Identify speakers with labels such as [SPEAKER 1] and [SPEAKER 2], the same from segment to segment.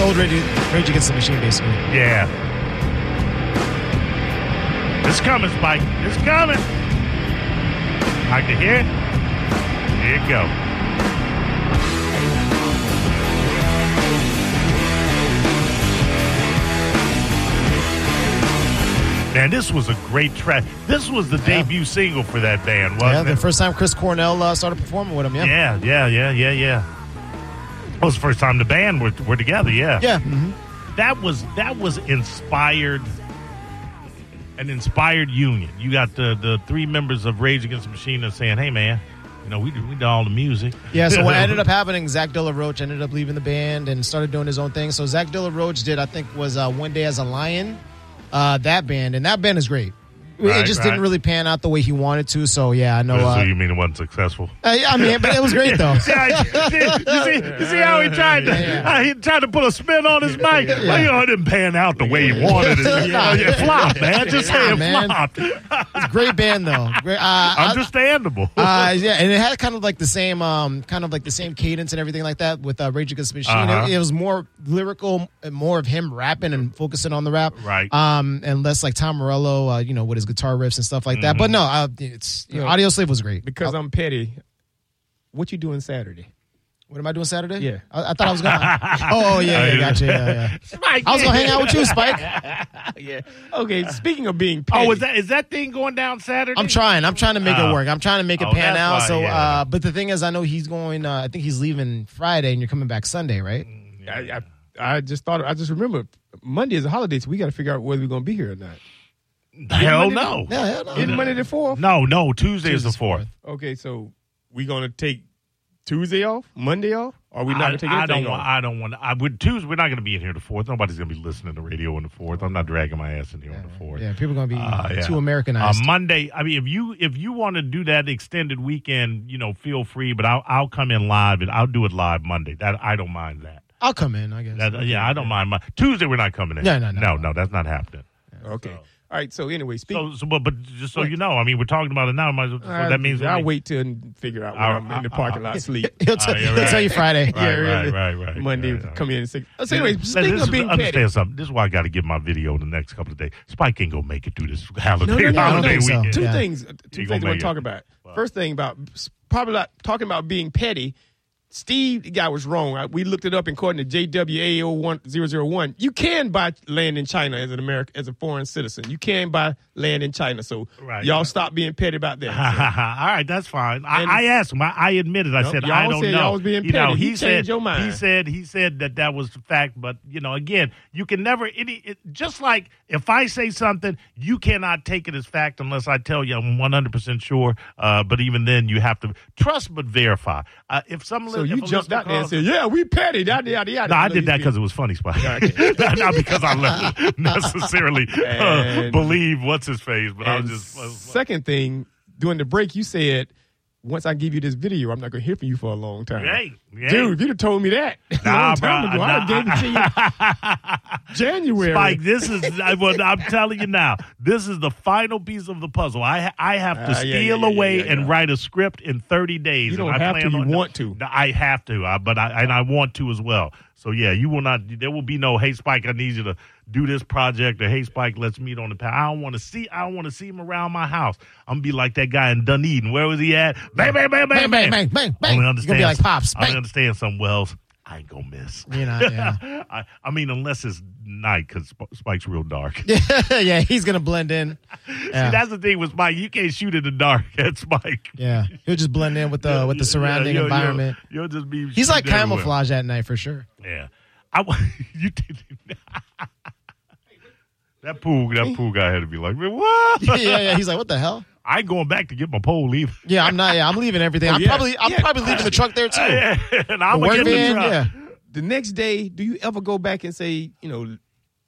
[SPEAKER 1] old Rage, Rage Against the Machine, basically.
[SPEAKER 2] Yeah. It's coming, Spike. It's coming. I can hear it. Here you go. Man, this was a great track. This was the
[SPEAKER 1] Yeah.
[SPEAKER 2] debut single for that band,
[SPEAKER 1] Yeah,
[SPEAKER 2] wasn't
[SPEAKER 1] the
[SPEAKER 2] it?
[SPEAKER 1] first time Chris Cornell uh, started performing with him. Yeah.
[SPEAKER 2] yeah, yeah, yeah, yeah, yeah. That was the first time the band were, were together. Yeah,
[SPEAKER 1] Yeah. hmm
[SPEAKER 2] That was that was inspired, an inspired union. You got the the three members of Rage Against the Machine that's saying, "Hey, man, you know we do- we do all the music."
[SPEAKER 1] Yeah, so what ended up happening, Zach De La Roach ended up leaving the band and started doing his own thing. So Zach De La Roach did, I think, was uh, One Day as a Lion, uh, that band. And that band is great.
[SPEAKER 2] Right,
[SPEAKER 1] it just
[SPEAKER 2] right.
[SPEAKER 1] didn't really pan out the way he wanted to. So, yeah, I know.
[SPEAKER 2] So
[SPEAKER 1] Uh,
[SPEAKER 2] you mean it wasn't successful?
[SPEAKER 1] I, I mean, but it was great, though.
[SPEAKER 2] See, how- you see, you see, you see how he tried to
[SPEAKER 1] Yeah.
[SPEAKER 2] uh, he tried to put a spin on his mic. Well, you know, it didn't pan out the way he wanted it. You know, it flopped, man. Just say
[SPEAKER 1] Yeah,
[SPEAKER 2] it
[SPEAKER 1] man.
[SPEAKER 2] flopped.
[SPEAKER 1] great band, though. Great, uh, I-
[SPEAKER 2] Understandable.
[SPEAKER 1] uh, yeah, and it had kind of like the same, um, kind of like the same cadence and everything like that with uh, Rage Against the Machine.
[SPEAKER 2] Uh-huh.
[SPEAKER 1] It, it was more lyrical, and more of him rapping and focusing on the rap,
[SPEAKER 2] Right.
[SPEAKER 1] Um, and less like Tom Morello, uh, you know, with his guitar riffs and stuff like that.
[SPEAKER 2] Mm-hmm.
[SPEAKER 1] But no, uh, it's you know,
[SPEAKER 3] No.
[SPEAKER 1] Audio Slave was great. Uh,
[SPEAKER 2] Oh.
[SPEAKER 3] Because I'm petty. What you doing Saturday?
[SPEAKER 1] What am I doing Saturday?
[SPEAKER 3] Yeah.
[SPEAKER 1] I, I thought I was gonna. oh, oh, yeah, yeah, gotcha. Yeah, yeah.
[SPEAKER 2] Spike,
[SPEAKER 1] I was gonna hang out with you, Spike.
[SPEAKER 3] yeah. Okay. Speaking of being petty,
[SPEAKER 2] Oh, is that is that thing going down Saturday?
[SPEAKER 1] I'm trying. I'm trying to make
[SPEAKER 2] Oh.
[SPEAKER 1] it work. I'm trying to make it
[SPEAKER 2] Oh,
[SPEAKER 1] pan
[SPEAKER 2] that's
[SPEAKER 1] out.
[SPEAKER 2] why,
[SPEAKER 1] so,
[SPEAKER 2] yeah.
[SPEAKER 1] uh, but the thing is, I know he's going. Uh, I think he's leaving Friday, and you're coming back Sunday, right?
[SPEAKER 3] I, I, I just thought. I just remember Monday is a holiday, so we got to figure out whether we're going to be here or not.
[SPEAKER 2] Hell Oh, no.
[SPEAKER 1] Yeah, yeah, no.
[SPEAKER 3] Isn't Monday the fourth?
[SPEAKER 2] No, no. Tuesday is the fourth.
[SPEAKER 3] Okay, so we gonna take Tuesday off, Monday off, or we not
[SPEAKER 2] I,
[SPEAKER 3] gonna take
[SPEAKER 2] I
[SPEAKER 3] anything
[SPEAKER 2] don't want.
[SPEAKER 3] off?
[SPEAKER 2] I don't want. I would Tuesday. We're not going to be in here the fourth. Nobody's going to be listening to radio on the fourth. I'm not dragging my ass in here on the fourth.
[SPEAKER 1] Yeah, people are gonna be
[SPEAKER 2] Uh, yeah.
[SPEAKER 1] too
[SPEAKER 2] Uh,
[SPEAKER 1] Americanized.
[SPEAKER 2] Monday. I mean, if you if you want to do that extended weekend, you know, feel free. But I'll I'll come in live and I'll do it live Monday. That I don't mind that.
[SPEAKER 1] I'll come in, I guess.
[SPEAKER 2] that uh, yeah, I don't mind. My, Tuesday we're not coming in.
[SPEAKER 1] No, no, no,
[SPEAKER 2] no,
[SPEAKER 1] no.
[SPEAKER 2] That's not happening.
[SPEAKER 3] okay. All right. So anyway, speak.
[SPEAKER 2] So, so but, but just so you know, I mean, we're talking about it now. Might as well, so
[SPEAKER 3] I-
[SPEAKER 2] that means
[SPEAKER 3] Uh, I'll
[SPEAKER 2] we-
[SPEAKER 3] wait till and figure out when
[SPEAKER 2] I'll-
[SPEAKER 3] I'm in the parking lot sleep.
[SPEAKER 1] he'll, t-
[SPEAKER 2] Uh, yeah,
[SPEAKER 1] he'll
[SPEAKER 2] right.
[SPEAKER 1] tell you Friday.
[SPEAKER 2] Right, right,
[SPEAKER 3] really.
[SPEAKER 2] right, right.
[SPEAKER 3] Monday,
[SPEAKER 2] right, right.
[SPEAKER 3] come in at six. So anyway,
[SPEAKER 2] Listen,
[SPEAKER 3] speaking
[SPEAKER 2] this
[SPEAKER 3] of
[SPEAKER 2] is-
[SPEAKER 3] being
[SPEAKER 2] understand
[SPEAKER 3] petty,
[SPEAKER 2] something. This is why I got to give my video in the next couple of days. Spike ain't gonna make it through this holiday,
[SPEAKER 3] no, no, no, I don't
[SPEAKER 2] holiday
[SPEAKER 3] think
[SPEAKER 1] so.
[SPEAKER 2] weekend.
[SPEAKER 3] two
[SPEAKER 1] Yeah.
[SPEAKER 3] things. Two
[SPEAKER 2] gonna
[SPEAKER 3] things I
[SPEAKER 2] make
[SPEAKER 3] want
[SPEAKER 2] it.
[SPEAKER 3] to talk about. First thing about probably not talking about being petty. Steve, the guy was wrong. I, we looked it up, and according to JWA01001, you can buy land in China as an American, as a foreign citizen. You can buy land in China. So
[SPEAKER 2] Right. Uh-huh.
[SPEAKER 3] y'all stop being petty about that.
[SPEAKER 2] All right, that's fine. I,
[SPEAKER 3] And-
[SPEAKER 2] I asked him. I, I admitted. I
[SPEAKER 3] Nope,
[SPEAKER 2] said
[SPEAKER 3] y'all
[SPEAKER 2] I don't
[SPEAKER 3] said
[SPEAKER 2] know.
[SPEAKER 3] y'all was being
[SPEAKER 2] you know,
[SPEAKER 3] petty.
[SPEAKER 2] he
[SPEAKER 3] He
[SPEAKER 2] said
[SPEAKER 3] changed your mind.
[SPEAKER 2] he said he said that that was the fact. But you know, again, you can never. It, it, just like if I say something, you cannot take it as fact unless I tell you I'm 100 percent sure. Uh, but even then, you have to trust but verify. Uh, if some
[SPEAKER 3] So
[SPEAKER 2] if
[SPEAKER 3] you
[SPEAKER 2] a
[SPEAKER 3] jumped
[SPEAKER 2] listener
[SPEAKER 3] out there and
[SPEAKER 2] calls-
[SPEAKER 3] said, "Yeah, we petty." Yada yada yada.
[SPEAKER 2] No, I
[SPEAKER 3] know
[SPEAKER 2] did
[SPEAKER 3] you
[SPEAKER 2] that
[SPEAKER 3] feel-
[SPEAKER 2] because it was funny, Spike.
[SPEAKER 3] Okay.
[SPEAKER 2] not not because I le- necessarily uh,
[SPEAKER 3] And-
[SPEAKER 2] believe what's his face, but I was
[SPEAKER 3] And
[SPEAKER 2] just. I was like-
[SPEAKER 3] second thing, during the break, you said, "Once I give you this video, I'm not going to hear from you for a long time."
[SPEAKER 2] Hey, hey.
[SPEAKER 3] Dude, if you'd have told me that a
[SPEAKER 2] Nah,
[SPEAKER 3] long time
[SPEAKER 2] bruh,
[SPEAKER 3] ago, I'd have
[SPEAKER 2] nah.
[SPEAKER 3] gave it to you January.
[SPEAKER 2] Spike, this is I, well, I'm telling you now. This is the final piece of the puzzle. I I have to
[SPEAKER 3] Uh, yeah,
[SPEAKER 2] steal
[SPEAKER 3] yeah, yeah, yeah,
[SPEAKER 2] away
[SPEAKER 3] yeah,
[SPEAKER 2] and
[SPEAKER 3] yeah.
[SPEAKER 2] write a script in 30 days. and
[SPEAKER 3] You don't
[SPEAKER 2] I
[SPEAKER 3] have to,
[SPEAKER 2] plan
[SPEAKER 3] you
[SPEAKER 2] on-
[SPEAKER 3] want to.
[SPEAKER 2] No, I have to, I, but I and I want to as well. So yeah, you will not. There will be no. Hey, Spike, I need you to do this project, or Hey, Spike, let's meet on the path. I don't want to see. I don't want to see him around my house. I'm gonna be like that guy in Dunedin. Where was he at? Bang, bang, bang, bang,
[SPEAKER 1] Bang, bang, bang, bang, bang.
[SPEAKER 2] Only
[SPEAKER 1] You're
[SPEAKER 2] understand.
[SPEAKER 1] gonna be like pops.
[SPEAKER 2] I only
[SPEAKER 1] Bang.
[SPEAKER 2] understand some Wells. I ain't gonna miss.
[SPEAKER 1] You know, yeah.
[SPEAKER 2] I, I mean, unless it's night because Spike's real dark.
[SPEAKER 1] yeah, he's gonna blend in. Yeah.
[SPEAKER 2] See, that's the thing with Spike. You can't shoot in the dark at Spike.
[SPEAKER 1] yeah, he'll just blend in with the with the surrounding environment.
[SPEAKER 2] You'll, just be.
[SPEAKER 1] He's like
[SPEAKER 2] shooting everywhere.
[SPEAKER 1] camouflage at night for sure.
[SPEAKER 2] Yeah. I, wa- you did That pool, that pool guy had to be like, "Man, what?
[SPEAKER 1] yeah, yeah. He's like, what the hell?
[SPEAKER 2] I ain't going back to get my pole either.
[SPEAKER 1] Yeah, I'm not. Yeah, I'm leaving everything.
[SPEAKER 2] Oh,
[SPEAKER 1] I'm
[SPEAKER 3] yeah.
[SPEAKER 1] probably I'm
[SPEAKER 3] Yeah.
[SPEAKER 1] probably leaving the truck there too.
[SPEAKER 2] and I'm
[SPEAKER 1] The
[SPEAKER 2] gonna get
[SPEAKER 1] work
[SPEAKER 2] the
[SPEAKER 1] van,
[SPEAKER 2] truck.
[SPEAKER 1] yeah.
[SPEAKER 3] the next day, do you ever go back and say, you know,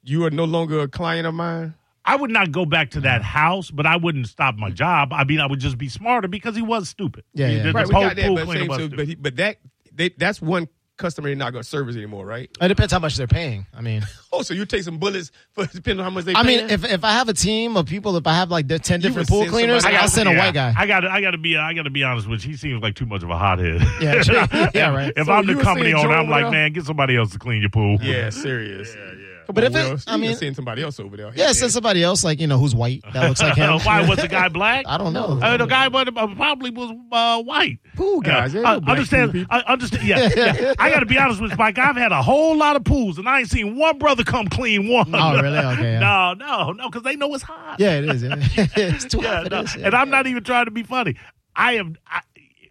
[SPEAKER 3] you are no longer a client of mine?
[SPEAKER 2] I would not go back to that house, but I wouldn't stop my job. I mean, I would just be smarter because he was stupid.
[SPEAKER 1] Yeah,
[SPEAKER 2] He
[SPEAKER 1] yeah.
[SPEAKER 2] did-
[SPEAKER 3] Right,
[SPEAKER 2] this
[SPEAKER 3] we
[SPEAKER 2] whole
[SPEAKER 3] got that,
[SPEAKER 2] pool
[SPEAKER 3] but,
[SPEAKER 2] cleaner
[SPEAKER 3] same,
[SPEAKER 2] was
[SPEAKER 3] so,
[SPEAKER 2] stupid.
[SPEAKER 3] but, he, but that they, that's one customer they're not going to service anymore, right?
[SPEAKER 1] It depends how much they're paying. I mean,
[SPEAKER 3] Oh, so you take some bullets for depending on how much they.
[SPEAKER 1] I mean,
[SPEAKER 3] paying?
[SPEAKER 1] if, if I have a team of people, if I have like the ten different
[SPEAKER 3] would
[SPEAKER 1] pool
[SPEAKER 3] send somebody-
[SPEAKER 1] cleaners,
[SPEAKER 3] I got-
[SPEAKER 1] I'll send a
[SPEAKER 2] yeah,
[SPEAKER 1] white guy.
[SPEAKER 2] I got. I got to be. I got to be honest with you. He seems like too much of a hothead.
[SPEAKER 1] Yeah, sure. Yeah, right.
[SPEAKER 2] If
[SPEAKER 3] So
[SPEAKER 2] I'm the
[SPEAKER 3] you were
[SPEAKER 2] company
[SPEAKER 3] saying
[SPEAKER 2] owner,
[SPEAKER 3] Joe
[SPEAKER 2] I'm like,
[SPEAKER 3] Burrow?
[SPEAKER 2] man, get somebody else to clean your pool.
[SPEAKER 3] yeah, serious. Yeah, yeah. But
[SPEAKER 1] if it- I
[SPEAKER 3] I
[SPEAKER 1] mean-
[SPEAKER 3] mean, seeing somebody else over there.
[SPEAKER 1] yeah, send somebody else like you know who's white that looks like him.
[SPEAKER 2] Uh, Why was the guy black?
[SPEAKER 1] I don't know.
[SPEAKER 2] Uh, the guy was- uh, probably was uh, white.
[SPEAKER 3] Pool guys,
[SPEAKER 2] Yeah.
[SPEAKER 3] they
[SPEAKER 2] I
[SPEAKER 3] were black pool
[SPEAKER 2] understand.
[SPEAKER 3] people.
[SPEAKER 2] I understand. Yeah, yeah. I got to be honest with you, Mike. I've had a whole lot of pools, and I ain't seen one brother come clean one.
[SPEAKER 1] Oh, really? Okay, yeah.
[SPEAKER 2] No, no, no, because they know it's hot.
[SPEAKER 1] Yeah, it is. Yeah. it's too
[SPEAKER 2] Yeah,
[SPEAKER 1] hot for
[SPEAKER 2] no,
[SPEAKER 1] this.
[SPEAKER 2] and I'm not even trying to be funny. I am. I,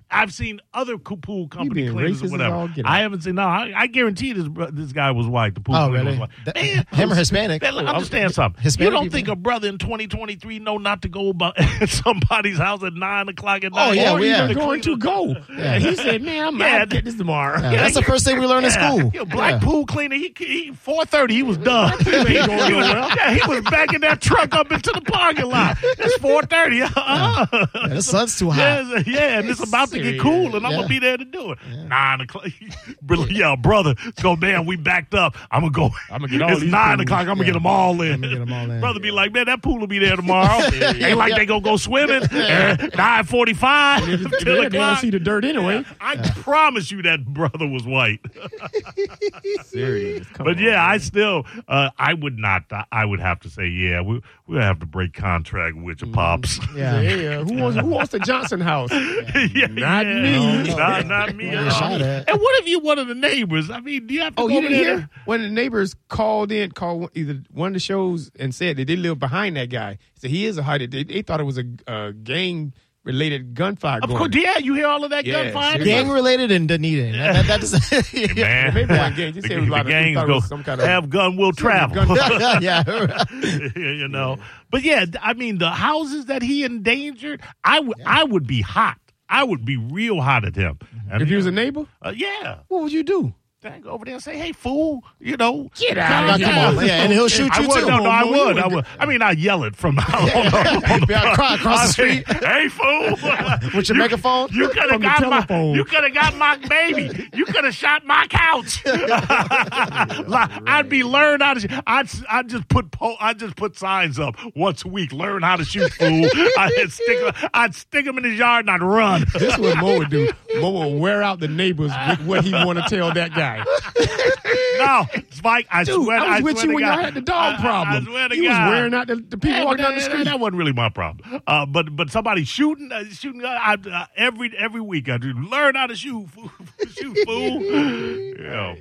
[SPEAKER 2] I've seen other co- pool company
[SPEAKER 3] being
[SPEAKER 2] cleaners or
[SPEAKER 3] racist as all
[SPEAKER 2] whatever.
[SPEAKER 3] get out.
[SPEAKER 2] I haven't seen. No, I, I guarantee this bro- this guy was white. The pool
[SPEAKER 1] Oh,
[SPEAKER 2] cleaner
[SPEAKER 1] really?
[SPEAKER 2] was white.
[SPEAKER 1] That-
[SPEAKER 2] Man,
[SPEAKER 1] him or Hispanic?
[SPEAKER 2] Man, look, understand something.
[SPEAKER 1] Hispanic
[SPEAKER 2] you don't
[SPEAKER 1] people.
[SPEAKER 2] think a brother in 2023 know not to go about somebody's house at nine o'clock at night?
[SPEAKER 1] Oh, yeah,
[SPEAKER 3] or
[SPEAKER 1] we
[SPEAKER 3] even
[SPEAKER 1] are.
[SPEAKER 3] going to go. And he said, "Man, I'm
[SPEAKER 2] Yeah.
[SPEAKER 3] out. Get this tomorrow."
[SPEAKER 1] Yeah, that's the first thing we learn in
[SPEAKER 2] Yeah,
[SPEAKER 1] school.
[SPEAKER 2] yeah, black
[SPEAKER 1] Yeah.
[SPEAKER 2] pool cleaner. He, he four thirty. He was done. he, was, yeah, he was backing that truck up into the parking lot. It's four thirty. Uh-uh.
[SPEAKER 1] Yeah, the sun's too hot.
[SPEAKER 2] Yeah, yeah, and it's about to get
[SPEAKER 3] Serious.
[SPEAKER 2] cool, and I'm
[SPEAKER 1] Yeah.
[SPEAKER 2] gonna be there to do it. Nine o'clock, Bro- yeah, brother. Go damn, we backed up. I'm gonna go.
[SPEAKER 3] I'm gonna get all
[SPEAKER 2] It's
[SPEAKER 3] these
[SPEAKER 2] nine
[SPEAKER 3] pools.
[SPEAKER 2] o'clock. I'm gonna
[SPEAKER 1] Yeah.
[SPEAKER 2] get them all in.
[SPEAKER 1] I'ma get 'em all in.
[SPEAKER 2] Brother, be like, man, that pool will be there tomorrow. Ain't like
[SPEAKER 1] Yeah.
[SPEAKER 2] they gonna go swimming. Eh, Nine forty-five, ten
[SPEAKER 3] Yeah, they don't
[SPEAKER 2] o'clock.
[SPEAKER 3] see the dirt anyway.
[SPEAKER 2] I promise you that brother was white.
[SPEAKER 3] Serious. Come
[SPEAKER 2] But
[SPEAKER 3] on,
[SPEAKER 2] yeah,
[SPEAKER 3] man.
[SPEAKER 2] I still, uh, I would not. I would have to say, yeah, we we have to break contract with your pops.
[SPEAKER 1] Yeah.
[SPEAKER 3] Yeah, yeah. Who wants who wants the Johnson house?
[SPEAKER 2] Yeah,
[SPEAKER 3] Not
[SPEAKER 2] yeah.
[SPEAKER 3] me.
[SPEAKER 2] No, not, not me.
[SPEAKER 1] Yeah,
[SPEAKER 2] at all.
[SPEAKER 1] shot at.
[SPEAKER 2] And what if you one of the neighbors? I mean, do you have to
[SPEAKER 3] Oh,
[SPEAKER 2] go
[SPEAKER 3] you
[SPEAKER 2] over
[SPEAKER 3] didn't
[SPEAKER 2] there?
[SPEAKER 3] hear? One of the neighbors called in, called one- either one of the shows and said that they live behind that guy. So he is a hided. They, they thought it was a, uh gang related gunfire
[SPEAKER 2] Of
[SPEAKER 3] going.
[SPEAKER 2] course, yeah, you hear all of that
[SPEAKER 3] Yeah,
[SPEAKER 2] gunfire.
[SPEAKER 3] seriously.
[SPEAKER 1] Gang related in Dunedin. That, that, that is, yeah.
[SPEAKER 2] Man,
[SPEAKER 3] Maybe one gang. Just
[SPEAKER 2] the,
[SPEAKER 3] say it was a
[SPEAKER 2] the
[SPEAKER 3] lot of-
[SPEAKER 2] gangs
[SPEAKER 3] thought it
[SPEAKER 2] go,
[SPEAKER 3] was some kind of-
[SPEAKER 2] have gun will travel.
[SPEAKER 3] gun-
[SPEAKER 1] yeah, yeah.
[SPEAKER 2] you know. But yeah, I mean, the houses that he endangered, I would, I would be hot. I would be real hot at him. And,
[SPEAKER 3] If you was a neighbor,
[SPEAKER 2] uh, yeah,
[SPEAKER 3] what would you do?
[SPEAKER 2] Dang, go over there and say, "Hey, fool!" You know,
[SPEAKER 3] Get
[SPEAKER 2] calm
[SPEAKER 3] out of
[SPEAKER 1] Now,
[SPEAKER 3] here.
[SPEAKER 2] down.
[SPEAKER 1] come on. Yeah, and he'll shoot
[SPEAKER 2] I
[SPEAKER 1] you
[SPEAKER 2] would.
[SPEAKER 1] too.
[SPEAKER 2] No, no, I
[SPEAKER 3] Well, you
[SPEAKER 2] would. I
[SPEAKER 3] would.
[SPEAKER 2] would. I mean, I yell it from on, on, on the
[SPEAKER 1] Yeah, cry across the street.
[SPEAKER 2] Hey, fool!
[SPEAKER 1] With your megaphone?
[SPEAKER 2] You could have
[SPEAKER 3] From the
[SPEAKER 2] got my.
[SPEAKER 3] telephone.
[SPEAKER 2] You could have got my baby. You could have shot my couch. Like, I'd be learned how to. sh- I'd I'd just put po- I'd just put signs up once a week. Learn how to shoot, fool. I'd stick. I'd stick him in his yard and I'd run.
[SPEAKER 3] This is what Mo would do. Mo would wear out the neighbors with what he want to tell that guy.
[SPEAKER 2] No, Spike. I
[SPEAKER 3] Dude,
[SPEAKER 2] swear.
[SPEAKER 3] I was
[SPEAKER 2] swear
[SPEAKER 3] with you
[SPEAKER 2] to
[SPEAKER 3] when
[SPEAKER 2] God.
[SPEAKER 3] y'all had the dog
[SPEAKER 2] I- I-
[SPEAKER 3] problem.
[SPEAKER 2] I, swear to
[SPEAKER 3] he
[SPEAKER 2] God.
[SPEAKER 3] was wearing out the, the people
[SPEAKER 2] Yeah,
[SPEAKER 3] walking
[SPEAKER 2] but
[SPEAKER 3] down the
[SPEAKER 2] that-
[SPEAKER 3] street.
[SPEAKER 2] That wasn't really my problem. Uh, but but somebody shooting uh, shooting uh, I, uh, every every week. I do learn how to shoot, fool, shoot fool. yeah.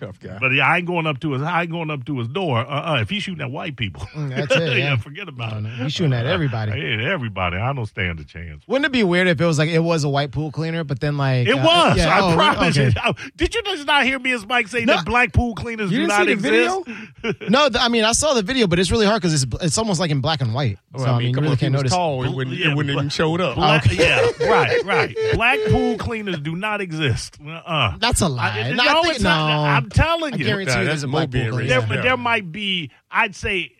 [SPEAKER 3] Tough guy.
[SPEAKER 2] But yeah, I ain't going up to his. I ain't going up to his door. Uh, uh if he's shooting at white people,
[SPEAKER 3] Mm,
[SPEAKER 1] that's it, yeah.
[SPEAKER 2] forget about
[SPEAKER 1] No,
[SPEAKER 2] it.
[SPEAKER 1] no, he's shooting at everybody.
[SPEAKER 2] Yeah, everybody. I don't stand a chance.
[SPEAKER 1] Wouldn't it be weird if it was like it was a white pool cleaner, but then like
[SPEAKER 2] It
[SPEAKER 1] uh,
[SPEAKER 2] was.
[SPEAKER 1] yeah,
[SPEAKER 2] I
[SPEAKER 1] oh,
[SPEAKER 2] promise
[SPEAKER 1] okay.
[SPEAKER 2] you. Oh, Did you just not hear me as Mike say
[SPEAKER 1] No.
[SPEAKER 2] that black pool cleaners do
[SPEAKER 3] You didn't
[SPEAKER 2] not
[SPEAKER 3] see the
[SPEAKER 2] exist?
[SPEAKER 3] video?
[SPEAKER 1] No, th- I mean I saw the video, but it's really hard because it's bl- it's almost like in black and white. so I mean, you
[SPEAKER 3] come on,
[SPEAKER 1] really
[SPEAKER 3] if he
[SPEAKER 1] can't
[SPEAKER 3] was
[SPEAKER 1] notice.
[SPEAKER 3] tall, it wouldn't,
[SPEAKER 2] Yeah,
[SPEAKER 3] it wouldn't
[SPEAKER 2] but-
[SPEAKER 3] even showed up.
[SPEAKER 2] Black, Yeah, right, right. Black pool cleaners do not exist. Uh-uh.
[SPEAKER 1] That's a lie.
[SPEAKER 2] I-
[SPEAKER 1] no, I
[SPEAKER 2] no,
[SPEAKER 1] think,
[SPEAKER 2] it's
[SPEAKER 1] no.
[SPEAKER 2] not. I'm telling
[SPEAKER 1] I
[SPEAKER 2] you.
[SPEAKER 1] guarantee
[SPEAKER 3] Nah,
[SPEAKER 1] you there's
[SPEAKER 3] that's
[SPEAKER 1] a
[SPEAKER 3] Mo
[SPEAKER 1] black pool
[SPEAKER 3] being
[SPEAKER 1] cleaner.
[SPEAKER 2] there,
[SPEAKER 3] Yeah.
[SPEAKER 2] there might be, I'd say,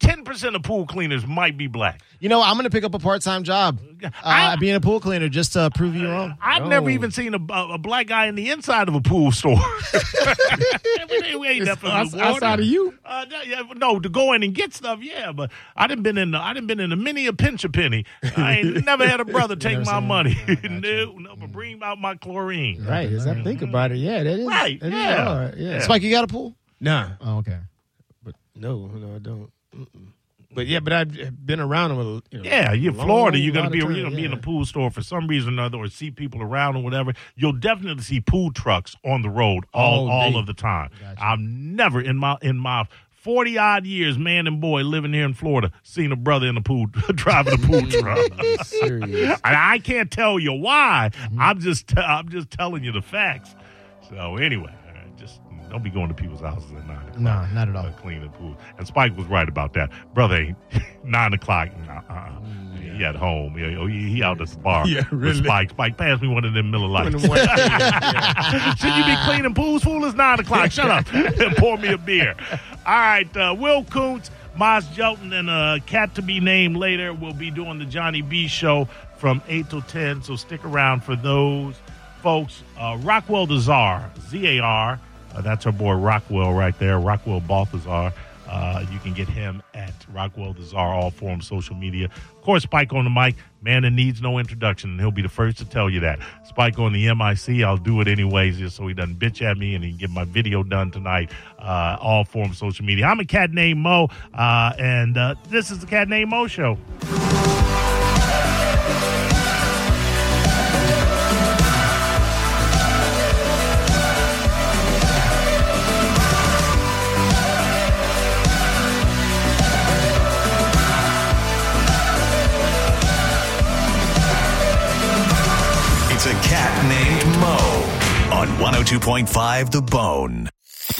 [SPEAKER 2] 10% of pool cleaners might be black.
[SPEAKER 1] You know, I'm gonna pick up a part time job, uh,
[SPEAKER 2] I-
[SPEAKER 1] being a pool cleaner just to prove you wrong.
[SPEAKER 2] I've
[SPEAKER 3] No.
[SPEAKER 2] never even seen a, a a black guy in the inside of a pool store. we ain't, we ain't that
[SPEAKER 3] It's
[SPEAKER 2] familiar
[SPEAKER 3] outs-
[SPEAKER 2] with water.
[SPEAKER 3] outside of you.
[SPEAKER 2] Uh, no, yeah, no, to go in and get stuff, yeah, but I didn't been in. The, I didn't been in a mini a pinch a penny. I ain't never had a brother take
[SPEAKER 1] never
[SPEAKER 2] my
[SPEAKER 1] seen it.
[SPEAKER 2] money. no, no, but bring out my chlorine.
[SPEAKER 4] Right, as I think about it, yeah, that is
[SPEAKER 2] Right,
[SPEAKER 4] that is
[SPEAKER 2] yeah.
[SPEAKER 4] hard, yeah.
[SPEAKER 1] Spike, you got a pool?
[SPEAKER 3] Nah.
[SPEAKER 1] Oh, okay.
[SPEAKER 3] No, no, I don't. Mm-mm. But yeah, but I've been around them. A, you know,
[SPEAKER 2] Yeah, you're
[SPEAKER 3] long,
[SPEAKER 2] Florida. You're gonna
[SPEAKER 3] lot
[SPEAKER 2] be
[SPEAKER 3] of
[SPEAKER 2] you're gonna
[SPEAKER 3] time,
[SPEAKER 2] be in a
[SPEAKER 3] yeah.
[SPEAKER 2] pool store for some reason or other, or see people around or whatever. You'll definitely see pool trucks on the road all
[SPEAKER 3] All
[SPEAKER 2] all
[SPEAKER 3] day.
[SPEAKER 2] of the time. I've never in my in my forty odd years, man and boy, living here in Florida, seen a brother in a pool driving a pool truck.
[SPEAKER 4] serious.
[SPEAKER 2] And I can't tell you why.
[SPEAKER 3] Mm-hmm.
[SPEAKER 2] I'm just i I'm just telling you the facts. So anyway, all right, just don't be going to people's houses at nine o'clock.
[SPEAKER 1] No, not at all.
[SPEAKER 2] Uh, clean the pool. And Spike was right about that. Brother, ain't nine o'clock. Nah, uh-uh. He at home. He, oh, he, he out at the bar.
[SPEAKER 3] Mm, Yeah,
[SPEAKER 2] with
[SPEAKER 3] really.
[SPEAKER 2] Spike, Spike, pass me one of them Miller
[SPEAKER 3] When
[SPEAKER 2] Lights.
[SPEAKER 3] the one- yeah,
[SPEAKER 2] Should you be cleaning pools? Fool, it's nine o'clock. Shut up and pour me a beer. All right, uh, Will Koontz, Maz Jelton, and a cat to be named later will be doing the Johnny B show from 8 till 10. So stick around for those folks. Uh, Rockwell the Czar, Z A R, Uh, that's our boy Rockwell right there, Rockwell Balthazar. Uh, you can get him at Rockwell the Czar, all forms, social media. Of course, Spike on the mic, man that needs no introduction. and He'll be the first to tell you that. Spike on the MIC, I'll do it anyways, just so he doesn't bitch at me and he can get my video done tonight. Uh, all forms, social media. I'm a cat named Mo, uh, and uh, this is the Cat Named Mo Show.
[SPEAKER 5] oh It's a cat named Mo on 102.5 The Bone.